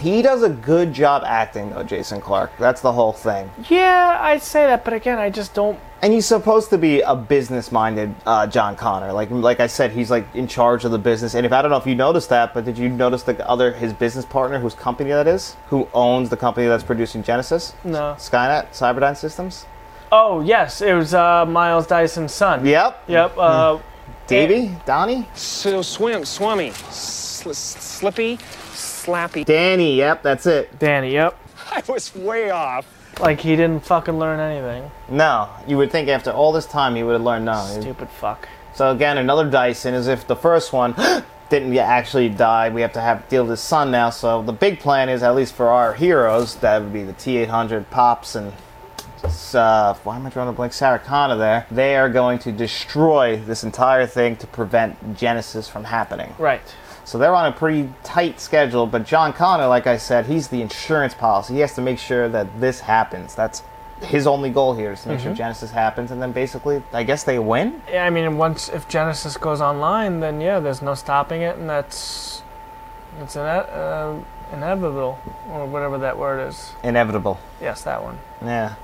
Speaker 3: He does a good job acting though, Jason Clark. That's the whole thing.
Speaker 4: yeah, I say that, but again, I just don't.
Speaker 3: and he's supposed to be a business-minded uh, John Connor. Like, like I said, he's like in charge of the business. And if I don't know if you noticed that, but did you notice the other his business partner, whose company that is, who owns the company that's producing Genesis?
Speaker 4: No.
Speaker 3: Skynet, Cyberdyne Systems.
Speaker 4: Oh yes, it was uh, Miles Dyson's son.
Speaker 3: Yep.
Speaker 4: Yep. Uh,
Speaker 3: Davey, Donnie,
Speaker 9: So swim, swummy, sl- slippy, slappy.
Speaker 3: Danny. Yep, that's it.
Speaker 4: Danny. Yep.
Speaker 9: I was way off.
Speaker 4: Like he didn't fucking learn anything.
Speaker 3: No, you would think after all this time he would have learned. No.
Speaker 4: Stupid fuck.
Speaker 3: So again, another Dyson is if the first one. Didn't actually die. We have to have deal with his son now. So the big plan is, at least for our heroes, that would be the T800 pops and uh, why am I drawing a blank? Saracana there. They are going to destroy this entire thing to prevent Genesis from happening.
Speaker 4: Right.
Speaker 3: So they're on a pretty tight schedule. But John Connor, like I said, he's the insurance policy. He has to make sure that this happens. That's his only goal here is to make sure Genesis happens, and then basically, I guess they win.
Speaker 4: Yeah, I mean, once if Genesis goes online, then yeah, there's no stopping it, and that's it's ine- uh, inevitable or whatever that word is.
Speaker 3: Inevitable.
Speaker 4: Yes, that one.
Speaker 3: Yeah.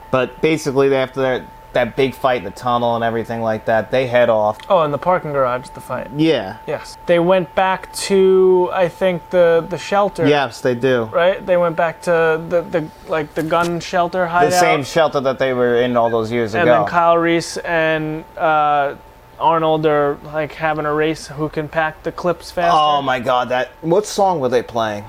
Speaker 3: but basically, after that, that big fight in the tunnel and everything like that, they head off.
Speaker 4: Oh, in the parking garage, the fight.
Speaker 3: Yeah.
Speaker 4: Yes, they went back to I think the the shelter.
Speaker 3: Yes, they do.
Speaker 4: Right. They went back to the, the like the gun shelter
Speaker 3: The
Speaker 4: hideout.
Speaker 3: same shelter that they were in all those years
Speaker 4: and
Speaker 3: ago.
Speaker 4: then Kyle Reese and uh, Arnold are like having a race who can pack the clips faster.
Speaker 3: oh my God! That what song were they playing?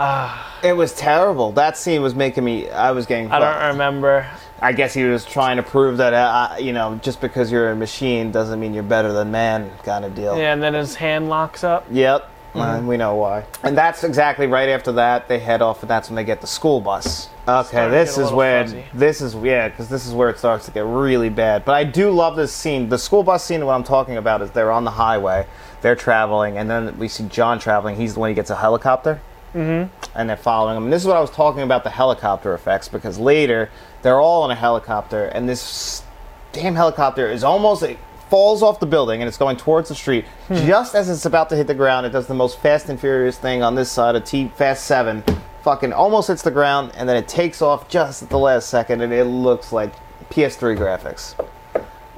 Speaker 4: Ah.
Speaker 3: It was terrible. That scene was making me. I was getting.
Speaker 4: I
Speaker 3: fucked.
Speaker 4: don't remember.
Speaker 3: I guess he was trying to prove that uh, uh, you know just because you're a machine doesn't mean you're better than man, kind of deal.
Speaker 4: Yeah, and then his hand locks up.
Speaker 3: Yep.
Speaker 4: Mm-hmm.
Speaker 3: Uh, we know why. And that's exactly right after that they head off, and that's when they get the school bus. Okay,
Speaker 4: to
Speaker 3: this
Speaker 4: get a
Speaker 3: is
Speaker 4: little
Speaker 3: when
Speaker 4: fuzzy.
Speaker 3: this is yeah, because this is where it starts to get really bad. But I do love this scene. The school bus scene. What I'm talking about is they're on the highway, they're traveling, and then we see John traveling. He's the one who gets a helicopter. Mm-hmm. And they're following him. And this is what I was talking about the helicopter effects because later they're all in a helicopter, and this damn helicopter is almost it falls off the building and it's going towards the street. Just as it's about to hit the ground, it does the most fast and furious thing on this side of T Fast Seven. Fucking almost hits the ground and then it takes off just at the last second and it looks like PS3 graphics.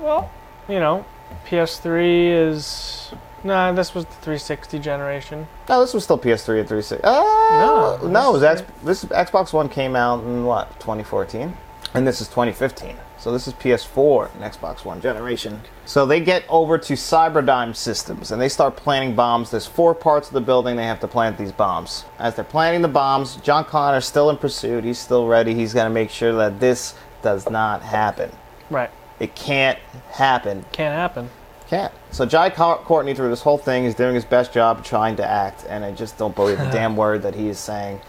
Speaker 4: Well, you know, PS3 is. Nah, this was the 360 generation.
Speaker 3: No, this was still PS3 and 360. Oh,
Speaker 4: No,
Speaker 3: no, no, it was
Speaker 4: this-
Speaker 3: X, this Xbox One came out in what 2014, and this is 2015. So this is PS4 and Xbox One generation. So they get over to Cyberdyne Systems and they start planting bombs. There's four parts of the building they have to plant these bombs. As they're planting the bombs, John Connor's still in pursuit. He's still ready. He's gonna make sure that this does not happen.
Speaker 4: Right.
Speaker 3: It can't happen
Speaker 4: Can't happen.
Speaker 3: can't. So Jai Co- Courtney through this whole thing is doing his best job trying to act, and I just don't believe a damn word that he is saying.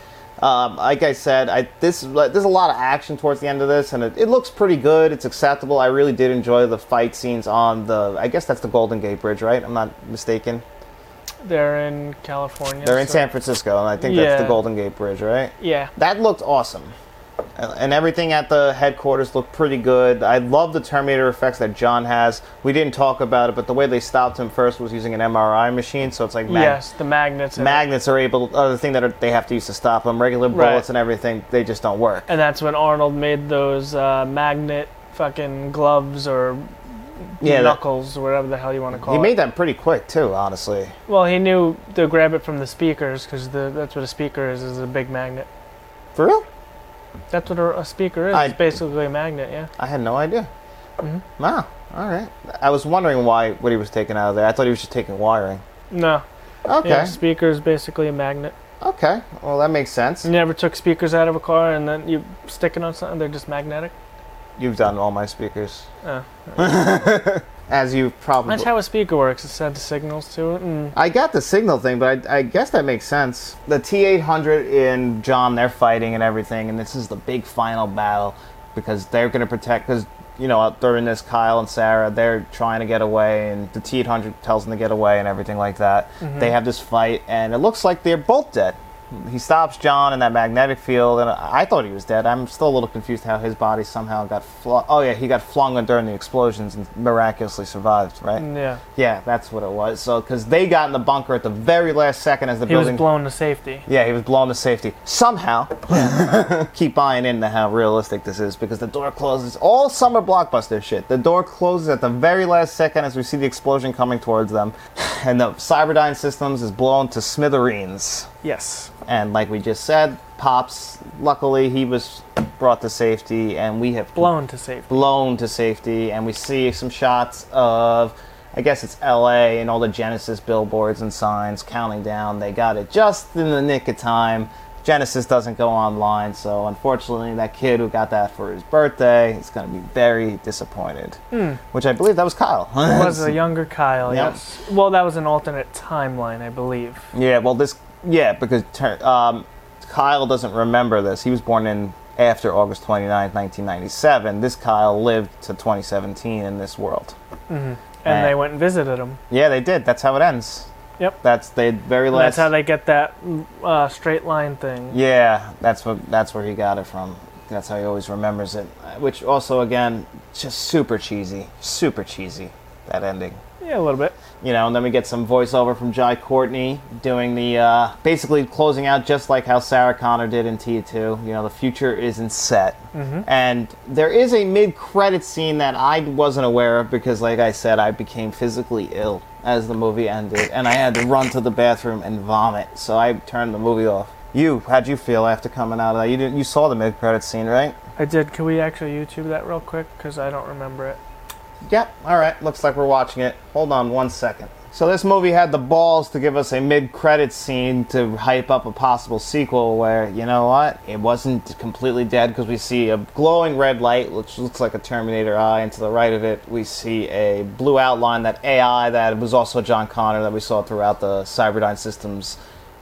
Speaker 3: Um, like I said, I, this like, there's a lot of action towards the end of this, and it, it looks pretty good. It's acceptable. I really did enjoy the fight scenes on the. I guess that's the Golden Gate Bridge, right? I'm not mistaken.
Speaker 4: They're in California.
Speaker 3: They're in
Speaker 4: so-
Speaker 3: San Francisco, and I think that's the
Speaker 4: Yeah.
Speaker 3: Golden Gate Bridge, right?
Speaker 4: Yeah.
Speaker 3: That looked awesome. Uh, And everything at the headquarters looked pretty good. I love the Terminator effects that John has. We didn't talk about it, but the way they stopped him first was using an MRI machine, so it's like mag-
Speaker 4: yes, the magnets. in it.
Speaker 3: magnets are able, uh, the thing that are, they have to use to stop him. Regular
Speaker 4: Right.
Speaker 3: bullets and everything, they just don't work.
Speaker 4: and that's when Arnold made those uh, magnet fucking gloves or
Speaker 3: Yeah, that-
Speaker 4: knuckles or whatever the hell you want to call
Speaker 3: he
Speaker 4: it.
Speaker 3: made them pretty quick, too, honestly.
Speaker 4: well, he knew to grab it from the speakers because that's what a speaker is, is a big magnet.
Speaker 3: For real?
Speaker 4: That's what a, a speaker is.
Speaker 3: I-
Speaker 4: it's basically a magnet, yeah.
Speaker 3: I had no idea.
Speaker 4: Mm-hmm.
Speaker 3: Wow, all right. I was wondering why what he was taking out of there. I thought he was just taking wiring.
Speaker 4: No.
Speaker 3: Okay,
Speaker 4: Yeah, a speaker is basically a magnet.
Speaker 3: okay. Well, that makes sense.
Speaker 4: You never took speakers out of a car and then you stick it on something, they're just magnetic.
Speaker 3: You've done all my speakers.
Speaker 4: Oh.
Speaker 3: As you probably.
Speaker 4: That's how a speaker works. It sends signals to it and
Speaker 3: I got the signal thing, but I, I guess that makes sense. The T 800 and John, they're fighting and everything, and this is the big final battle because they're going to protect. Because, you know, out during this, Kyle and Sarah, they're trying to get away, and the T 800 tells them to get away and everything like that. They have this fight, and it looks like they're both dead. He stops John in that magnetic field, and I I thought he was dead. I'm still a little confused how his body somehow got flung. Oh, yeah, he got flung during the explosions and miraculously survived, right?
Speaker 4: yeah.
Speaker 3: Yeah, that's what it was. So, because they got in the bunker at the very last second as the
Speaker 4: He
Speaker 3: building.
Speaker 4: was blown to safety.
Speaker 3: yeah, he was blown to safety. Somehow, keep buying into how realistic this is because the door closes. All summer blockbuster shit. The door closes at the very last second as we see the explosion coming towards them, and the Cyberdyne Systems is blown to smithereens.
Speaker 4: Yes.
Speaker 3: And like we just said, pops. Luckily, he was brought to safety, and we have
Speaker 4: Blown to safety.
Speaker 3: blown to safety, and we see some shots of, I guess it's L.A. and all the Genesis billboards and signs counting down. They got it just in the nick of time. Genesis doesn't go online, so unfortunately, that kid who got that for his birthday is going to be very disappointed. Which I believe that was Kyle.
Speaker 4: It was a younger Kyle,
Speaker 3: Yep.
Speaker 4: yes. Well, that was an alternate timeline, I believe.
Speaker 3: yeah, well, this, yeah, because ter- um, Kyle doesn't remember this. He was born in after August 29th, 1997. This Kyle lived to 2017 in this world.
Speaker 4: And
Speaker 3: Right.
Speaker 4: they went and visited him.
Speaker 3: Yeah, they did. That's how it ends.
Speaker 4: Yep.
Speaker 3: That's the very
Speaker 4: And
Speaker 3: last.
Speaker 4: that's how they get that uh, straight line thing.
Speaker 3: Yeah, that's what. That's where he got it from. That's how he always remembers it. Which also, again, just super cheesy, super cheesy. That ending.
Speaker 4: Yeah, a little bit.
Speaker 3: You know, and then we get some voiceover from Jai Courtney doing the uh, basically closing out just like how Sarah Connor did in T2. You know, the future isn't set. And there is a mid credit scene that I wasn't aware of because, like I said, I became physically ill as the movie ended and I had to run to the bathroom and vomit. So I turned the movie off. You, how'd you feel after coming out of that? You, didn't, you saw the mid credit scene, right?
Speaker 4: I did. Can we actually YouTube that real quick? Because I don't remember it.
Speaker 3: Yep. All right. Looks like we're watching it. Hold on one second. So this movie had the balls to give us a mid-credit scene to hype up a possible sequel where, you know what, it wasn't completely dead because we see a glowing red light, which looks like a Terminator eye, and to the right of it we see a blue outline, that AI that was also John Connor that we saw throughout the Cyberdyne systems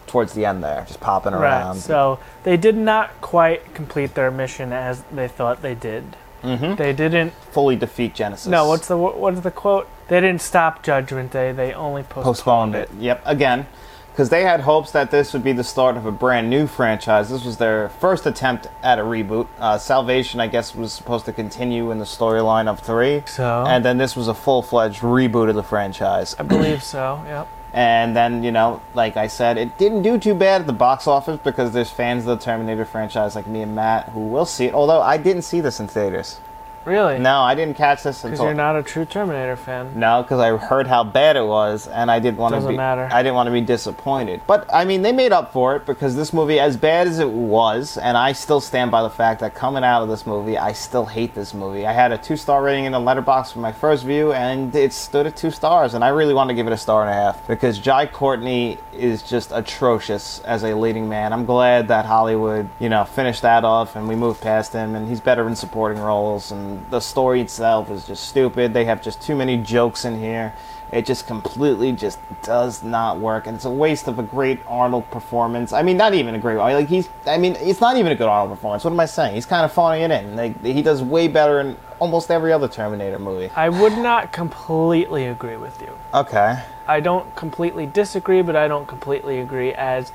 Speaker 3: towards the end there, just popping around.
Speaker 4: Right. So they did not quite complete their mission as they thought they did. Mm-hmm. They didn't.
Speaker 3: fully defeat Genesis.
Speaker 4: No. What's the what is the quote? They didn't stop Judgment Day. They only postponed,
Speaker 3: postponed it. Yep, again, because they had hopes that this would be the start of a brand new franchise. This was their first attempt at a reboot. Uh, Salvation, I guess, was supposed to continue in the storyline of three,
Speaker 4: So?
Speaker 3: and then this was a full-fledged reboot of the franchise.
Speaker 4: I believe so. Yep.
Speaker 3: And then, you know, like I said, it didn't do too bad at the box office because there's fans of the Terminator franchise like me and Matt who will see it. Although I didn't see this in theaters.
Speaker 4: Really?
Speaker 3: No, I didn't catch this
Speaker 4: Because
Speaker 3: until
Speaker 4: you're not a true Terminator fan.
Speaker 3: No, because I heard how bad it was, and I didn't want to
Speaker 4: Doesn't
Speaker 3: be.
Speaker 4: matter.
Speaker 3: I didn't want to be disappointed. But I mean, they made up for it because this movie, as bad as it was, and I still stand by the fact that coming out of this movie, I still hate this movie. I had a two-star rating in the letterbox for my first view, and it stood at two stars, and I really want to give it a star and a half because Jai Courtney is just atrocious as a leading man. I'm glad that Hollywood, you know, finished that off and we moved past him, and he's better in supporting roles. And the story itself is just stupid. They have just too many jokes in here. It just completely just does not work, and it's a waste of a great Arnold performance. I mean, not even a great. I- Like he's, I mean, it's not even a good Arnold performance. What am I saying? He's kind of phoning it in. Like he does way better in almost every other Terminator movie.
Speaker 4: I would not completely agree with you.
Speaker 3: Okay.
Speaker 4: I don't completely disagree, but I don't completely agree. As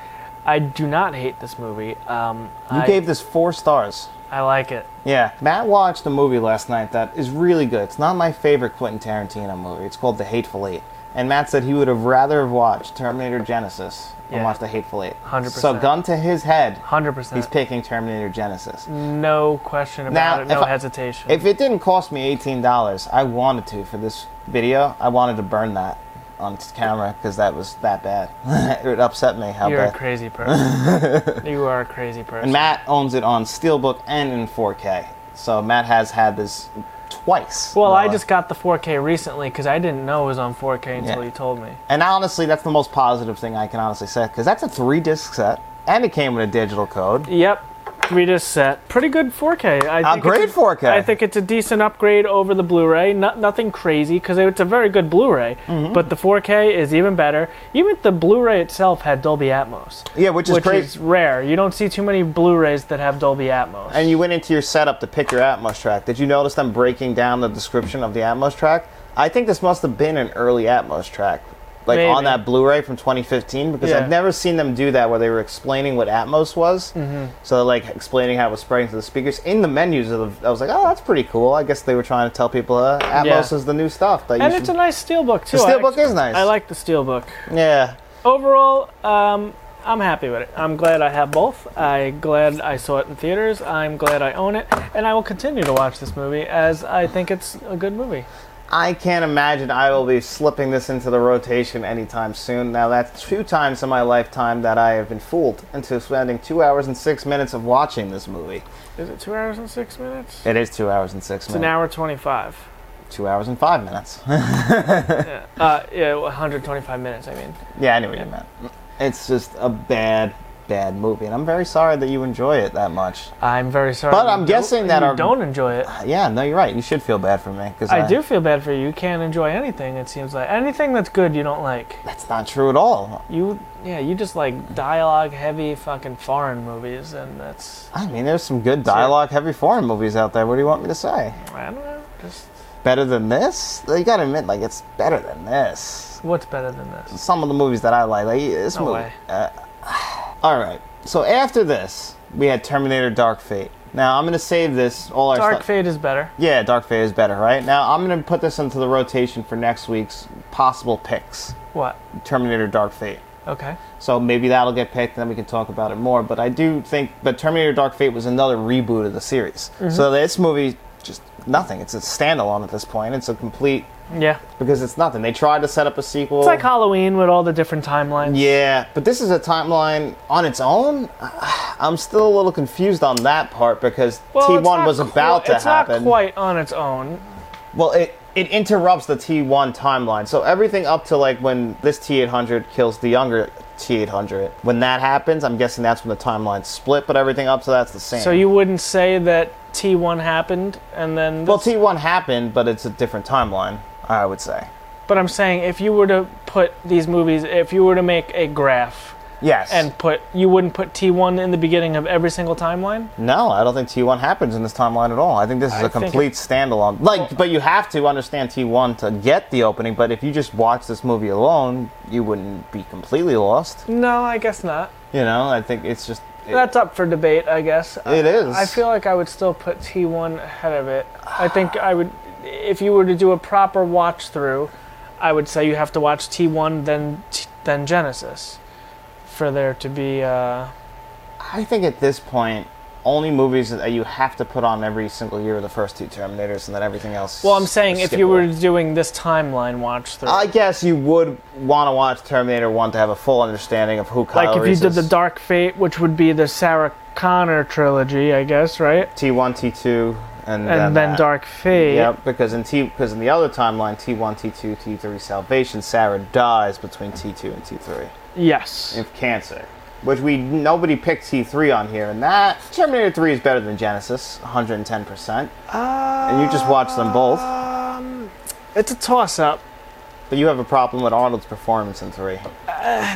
Speaker 4: I do not hate this movie. Um,
Speaker 3: You
Speaker 4: I,
Speaker 3: gave this four stars.
Speaker 4: I like it.
Speaker 3: Yeah. Matt watched a movie last night that is really good. It's not my favorite Quentin Tarantino movie. It's called The Hateful Eight. And Matt said he would have rather have watched Terminator Genesis than
Speaker 4: Yeah.
Speaker 3: watched The Hateful Eight.
Speaker 4: 100%.
Speaker 3: So gun to his head,
Speaker 4: Hundred
Speaker 3: he's
Speaker 4: percent.
Speaker 3: picking Terminator Genesis.
Speaker 4: No question about
Speaker 3: Now,
Speaker 4: it. No
Speaker 3: if I-
Speaker 4: hesitation.
Speaker 3: If it didn't cost me eighteen dollars, I wanted to for this video. I wanted to burn that on camera because that was that bad. it upset me how
Speaker 4: You're a
Speaker 3: bad.
Speaker 4: crazy person. you are a crazy person.
Speaker 3: And Matt owns it on Steelbook and in 4K. So Matt has had this twice.
Speaker 4: well, I
Speaker 3: Uh,
Speaker 4: just got the 4K recently because I didn't know it was on 4K until
Speaker 3: Yeah.
Speaker 4: you told me.
Speaker 3: And honestly, that's the most positive thing I can honestly say because that's a three disc set, and it came with a digital code.
Speaker 4: Yep, three disc set. Pretty good 4K. I
Speaker 3: A
Speaker 4: think it's
Speaker 3: great 4K.
Speaker 4: I think it's a decent upgrade over the Blu-ray. Not nothing crazy because it's a very good Blu-ray,
Speaker 3: Mm-hmm.
Speaker 4: but the 4K is even better. Even the Blu-ray itself had Dolby Atmos,
Speaker 3: yeah, which is
Speaker 4: which
Speaker 3: great.
Speaker 4: is rare. You don't see too many Blu-rays that have Dolby Atmos.
Speaker 3: and you went into your setup to pick your Atmos track. Did you notice them breaking down the description of the Atmos track? I think this must have been an early Atmos track, like on
Speaker 4: Maybe.
Speaker 3: that Blu-ray from 2015, because
Speaker 4: Yeah.
Speaker 3: I've never seen them do that where they were explaining what Atmos was. Mm-hmm. So like explaining how it was spreading to the speakers in the menus of the. I was like, oh, that's pretty cool. I guess they were trying to tell people uh, Atmos
Speaker 4: Yeah.
Speaker 3: is the new stuff that you
Speaker 4: And
Speaker 3: should.
Speaker 4: it's a nice steelbook too.
Speaker 3: The
Speaker 4: I
Speaker 3: steelbook
Speaker 4: actu-
Speaker 3: is nice.
Speaker 4: I like the steelbook.
Speaker 3: yeah.
Speaker 4: Overall, um, I'm happy with it. I'm glad I have both. I'm glad I saw it in theaters. I'm glad I own it, and I will continue to watch this movie as I think it's a good movie.
Speaker 3: I can't imagine I will be slipping this into the rotation anytime soon. Now, that's two times in my lifetime that I have been fooled into spending two hours and six minutes of watching this movie.
Speaker 4: Is it two hours and six minutes?
Speaker 3: It is two hours and six
Speaker 4: It's an
Speaker 3: minutes.
Speaker 4: hour 25.
Speaker 3: Two hours and five minutes.
Speaker 4: Uh, yeah, 125 minutes, I mean.
Speaker 3: yeah, I knew what you meant. It's just a bad, bad movie, and I'm very sorry that you enjoy it that much.
Speaker 4: I'm very sorry.
Speaker 3: But
Speaker 4: you
Speaker 3: I'm
Speaker 4: don't-
Speaker 3: guessing that
Speaker 4: you
Speaker 3: our-
Speaker 4: don't enjoy it.
Speaker 3: Yeah, no, you're right. You should feel bad for me because
Speaker 4: I do feel bad for you. You can't enjoy anything, it seems like. Anything that's good, you don't like.
Speaker 3: That's not true at all.
Speaker 4: You, yeah, you just like dialogue heavy fucking foreign movies, and that's,
Speaker 3: I mean, there's some good dialogue-heavy foreign movies out there. What do you want me to say?
Speaker 4: I don't know. Just,
Speaker 3: Better than this? You gotta admit, like, it's better than this.
Speaker 4: what's better than this?
Speaker 3: some of the movies that I like. Like this
Speaker 4: No
Speaker 3: movie.
Speaker 4: way.
Speaker 3: Uh, all right. So after this, we had Terminator: Dark Fate. Now I'm gonna save this all our
Speaker 4: Dark
Speaker 3: stuff-
Speaker 4: Fate is better.
Speaker 3: Yeah, Dark Fate is better, right? Now I'm gonna put this into the rotation for next week's possible picks.
Speaker 4: What?
Speaker 3: Terminator: Dark Fate.
Speaker 4: Okay.
Speaker 3: So maybe that'll get picked, and then we can talk about it more. But I do think, but Terminator: Dark Fate was another reboot of the series.
Speaker 4: Mm-hmm.
Speaker 3: So this movie just nothing. It's a standalone at this point. It's a complete
Speaker 4: Yeah.
Speaker 3: because it's nothing. They tried to set up a sequel.
Speaker 4: It's like Halloween with all the different timelines.
Speaker 3: Yeah, but this is a timeline on its own. I- I'm still a little confused on that part because
Speaker 4: Well, it's
Speaker 3: T1
Speaker 4: not
Speaker 3: was
Speaker 4: qu-
Speaker 3: about to
Speaker 4: it's
Speaker 3: happen.
Speaker 4: not quite on its own.
Speaker 3: Well, it it interrupts the T1 timeline. So everything up to like when this T800 kills the younger T800. When that happens, I'm guessing that's when the timeline split, but everything up to that's the same.
Speaker 4: So you wouldn't say that T1 happened and then.
Speaker 3: Well,
Speaker 4: this-
Speaker 3: T1 happened, but it's a different timeline, I would say.
Speaker 4: but I'm saying if you were to put these movies, if you were to make a graph
Speaker 3: Yes.
Speaker 4: and put, you wouldn't put T1 in the beginning of every single timeline.
Speaker 3: no, I don't think T1 happens in this timeline at all. I think this is
Speaker 4: I
Speaker 3: a
Speaker 4: think
Speaker 3: complete standalone. Like, but you have to understand T1 to get the opening, but if you just watch this movie alone, you wouldn't be completely lost.
Speaker 4: No, I guess not.
Speaker 3: You know, I think it's just. it-
Speaker 4: That's up for debate, I guess.
Speaker 3: It is.
Speaker 4: I feel like I would still put T1 ahead of it. I think I would, if you were to do a proper watch through, I would say you have to watch T1 then t- then Genesis, for there to be. Uh,
Speaker 3: I think at this point, only movies that you have to put on every single year are the first two Terminators, and then everything else.
Speaker 4: well, I'm saying if
Speaker 3: skip
Speaker 4: you were
Speaker 3: away.
Speaker 4: doing this timeline watch through,
Speaker 3: I guess you would want to watch Terminator One to have a full understanding of who Kyle
Speaker 4: like if you
Speaker 3: Reese
Speaker 4: did the
Speaker 3: is.
Speaker 4: Dark Fate, which would be the Sarah Connor trilogy, I guess, right?
Speaker 3: T1, T2, and,
Speaker 4: And
Speaker 3: then
Speaker 4: then,
Speaker 3: that.
Speaker 4: Dark Fate.
Speaker 3: Yep, because in T because in the other timeline, T1, T2, T3 Salvation, Sarah dies between T2 and T3
Speaker 4: Yes.
Speaker 3: of cancer, which we nobody picked T3 on here, and that Terminator 3 is better than Genesis, 110. percent And you just watched them both.
Speaker 4: Um, it's a toss up.
Speaker 3: But you have a problem with Arnold's performance in three.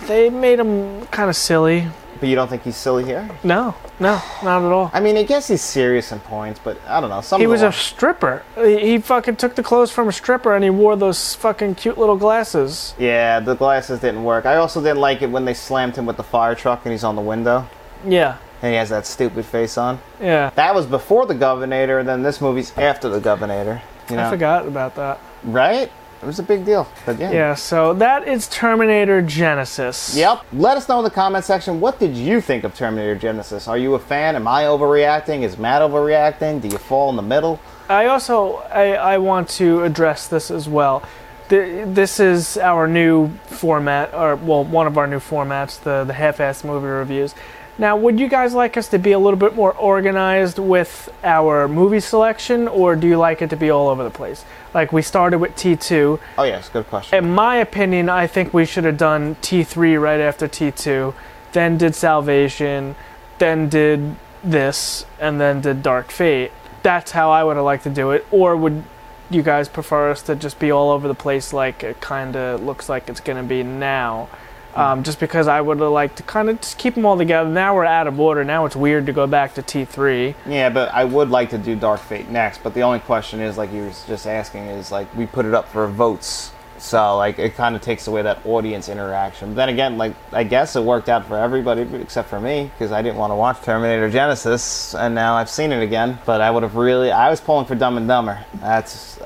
Speaker 4: They made him kind of silly.
Speaker 3: But you don't think he's silly here?
Speaker 4: No, no, not at all.
Speaker 3: I mean, I guess he's serious in points, but I don't know. Some
Speaker 4: He
Speaker 3: of the
Speaker 4: was a
Speaker 3: ones-
Speaker 4: stripper. He he fucking took the clothes from a stripper and he wore those fucking cute little glasses.
Speaker 3: yeah, the glasses didn't work. I also didn't like it when they slammed him with the fire truck and he's on the window
Speaker 4: Yeah,
Speaker 3: and he has that stupid face on.
Speaker 4: yeah.
Speaker 3: That was before the Governor, and then this movie's after the Governor. You know,
Speaker 4: I forgot about that.
Speaker 3: right? It was a big deal. But yeah.
Speaker 4: Yeah, so that is Terminator Genesis.
Speaker 3: Yep. Let us know in the comment section what did you think of Terminator Genesis? Are you a fan? Am I overreacting? Is Matt overreacting? Do you fall in the middle?
Speaker 4: I also I, I want to address this as well. Th- This is our new format, or well, one of our new formats, the the half-assed movie reviews. Now, would you guys like us to be a little bit more organized with our movie selection, or do you like it to be all over the place? Like we started with T two.
Speaker 3: Oh yes, good question.
Speaker 4: In my opinion, I think we should have done T three right after T two, then did Salvation, then did this, and then did Dark Fate. That's how I would have liked to do it. Or would you guys prefer us to just be all over the place like it kind of looks like it's going to be now? Um, just because I would have liked to kind of just keep them all together. Now we're out of order. Now it's weird to go back to T three.
Speaker 3: Yeah, but I would like to do Dark Fate next. But the only question is, like you were just asking, is like we put it up for votes, so like it kind of takes away that audience interaction. But then again, like I guess it worked out for everybody except for me because I didn't want to watch Terminator Genesis, and now I've seen it again. But I would have really, I was pulling for Dumb and Dumber. That's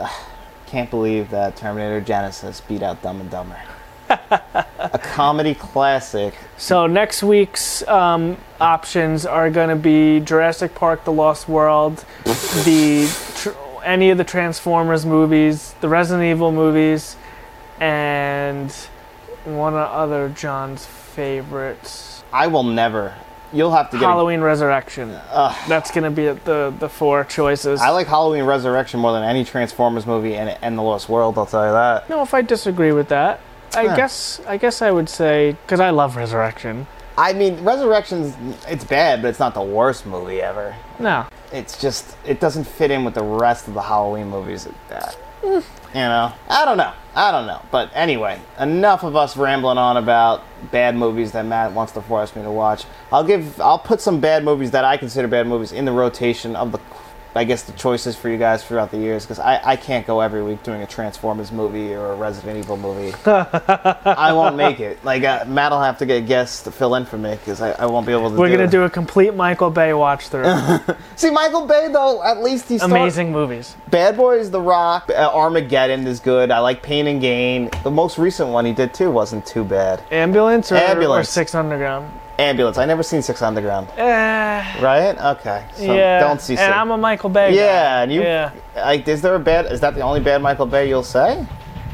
Speaker 3: can't believe that Terminator Genesis beat out Dumb and Dumber. A comedy classic.
Speaker 4: So next week's um, options are going to be Jurassic Park: The Lost World, the tr- any of the Transformers movies, the Resident Evil movies, and one of other John's favorites,
Speaker 3: I will never. You'll have to get. a-
Speaker 4: Halloween Resurrection. That's going to be the the four choices.
Speaker 3: I like Halloween Resurrection more than any Transformers movie and, and The Lost World, I'll tell you that.
Speaker 4: no, if I disagree with that, I
Speaker 3: Huh.
Speaker 4: guess I guess I would say because I love Resurrection.
Speaker 3: I mean, Resurrection's, it's bad, but it's not the worst movie ever.
Speaker 4: No,
Speaker 3: It's just, it doesn't fit in with the rest of the Halloween movies like that. You know? I don't know. I don't know. But anyway, enough of us rambling on about bad movies that Matt wants to force me to watch. I'll give, I'll put some bad movies that I consider bad movies in the rotation of the, I guess, the choices for you guys throughout the years, because I, I can't go every week doing a Transformers movie or a Resident Evil movie. I won't make it. Like, uh, Matt will have to get guests to fill in for me, because I, I won't be able to
Speaker 4: we're
Speaker 3: do
Speaker 4: going to
Speaker 3: it.
Speaker 4: do a complete Michael Bay watch through.
Speaker 3: See, Michael Bay, though, at least he's
Speaker 4: Amazing movies.
Speaker 3: Bad Boys, The Rock, uh, Armageddon is good. I like Pain and Gain. The most recent one he did too wasn't too bad.
Speaker 4: Ambulance or,
Speaker 3: Ambulance.
Speaker 4: or Six Underground?
Speaker 3: Ambulance. I never seen Six Underground.
Speaker 4: Eh,
Speaker 3: Right? Okay. So
Speaker 4: yeah.
Speaker 3: Don't see.
Speaker 4: And
Speaker 3: Six.
Speaker 4: I'm a Michael Bay. guy.
Speaker 3: yeah. And you.
Speaker 4: Yeah.
Speaker 3: Like, is there a bad? Is that the only bad Michael Bay you'll say?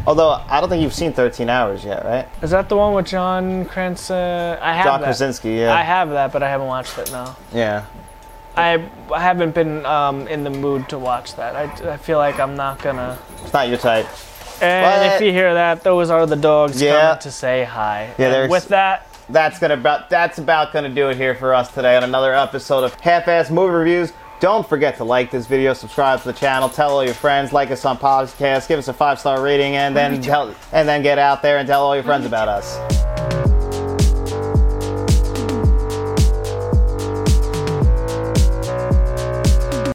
Speaker 3: Although I don't think you've seen 13 Hours yet, right?
Speaker 4: Is that the one with John Cranston? I have
Speaker 3: John
Speaker 4: that.
Speaker 3: Krasinski. Yeah.
Speaker 4: I have that, but I haven't watched it now.
Speaker 3: yeah.
Speaker 4: I I haven't been um, in the mood to watch that. I, I feel like I'm not gonna
Speaker 3: not your type.
Speaker 4: And
Speaker 3: But-
Speaker 4: if you hear that, those are the dogs
Speaker 3: Yeah.
Speaker 4: coming to say hi.
Speaker 3: Yeah,
Speaker 4: And
Speaker 3: they're ex-
Speaker 4: with that,
Speaker 3: That's gonna about that's about gonna do it here for us today on another episode of Half-Ass Movie Reviews. Don't forget to like this video, subscribe to the channel, tell all your friends, like us on podcast, give us a five-star rating, and then tell, and then get out there and tell all your friends about us.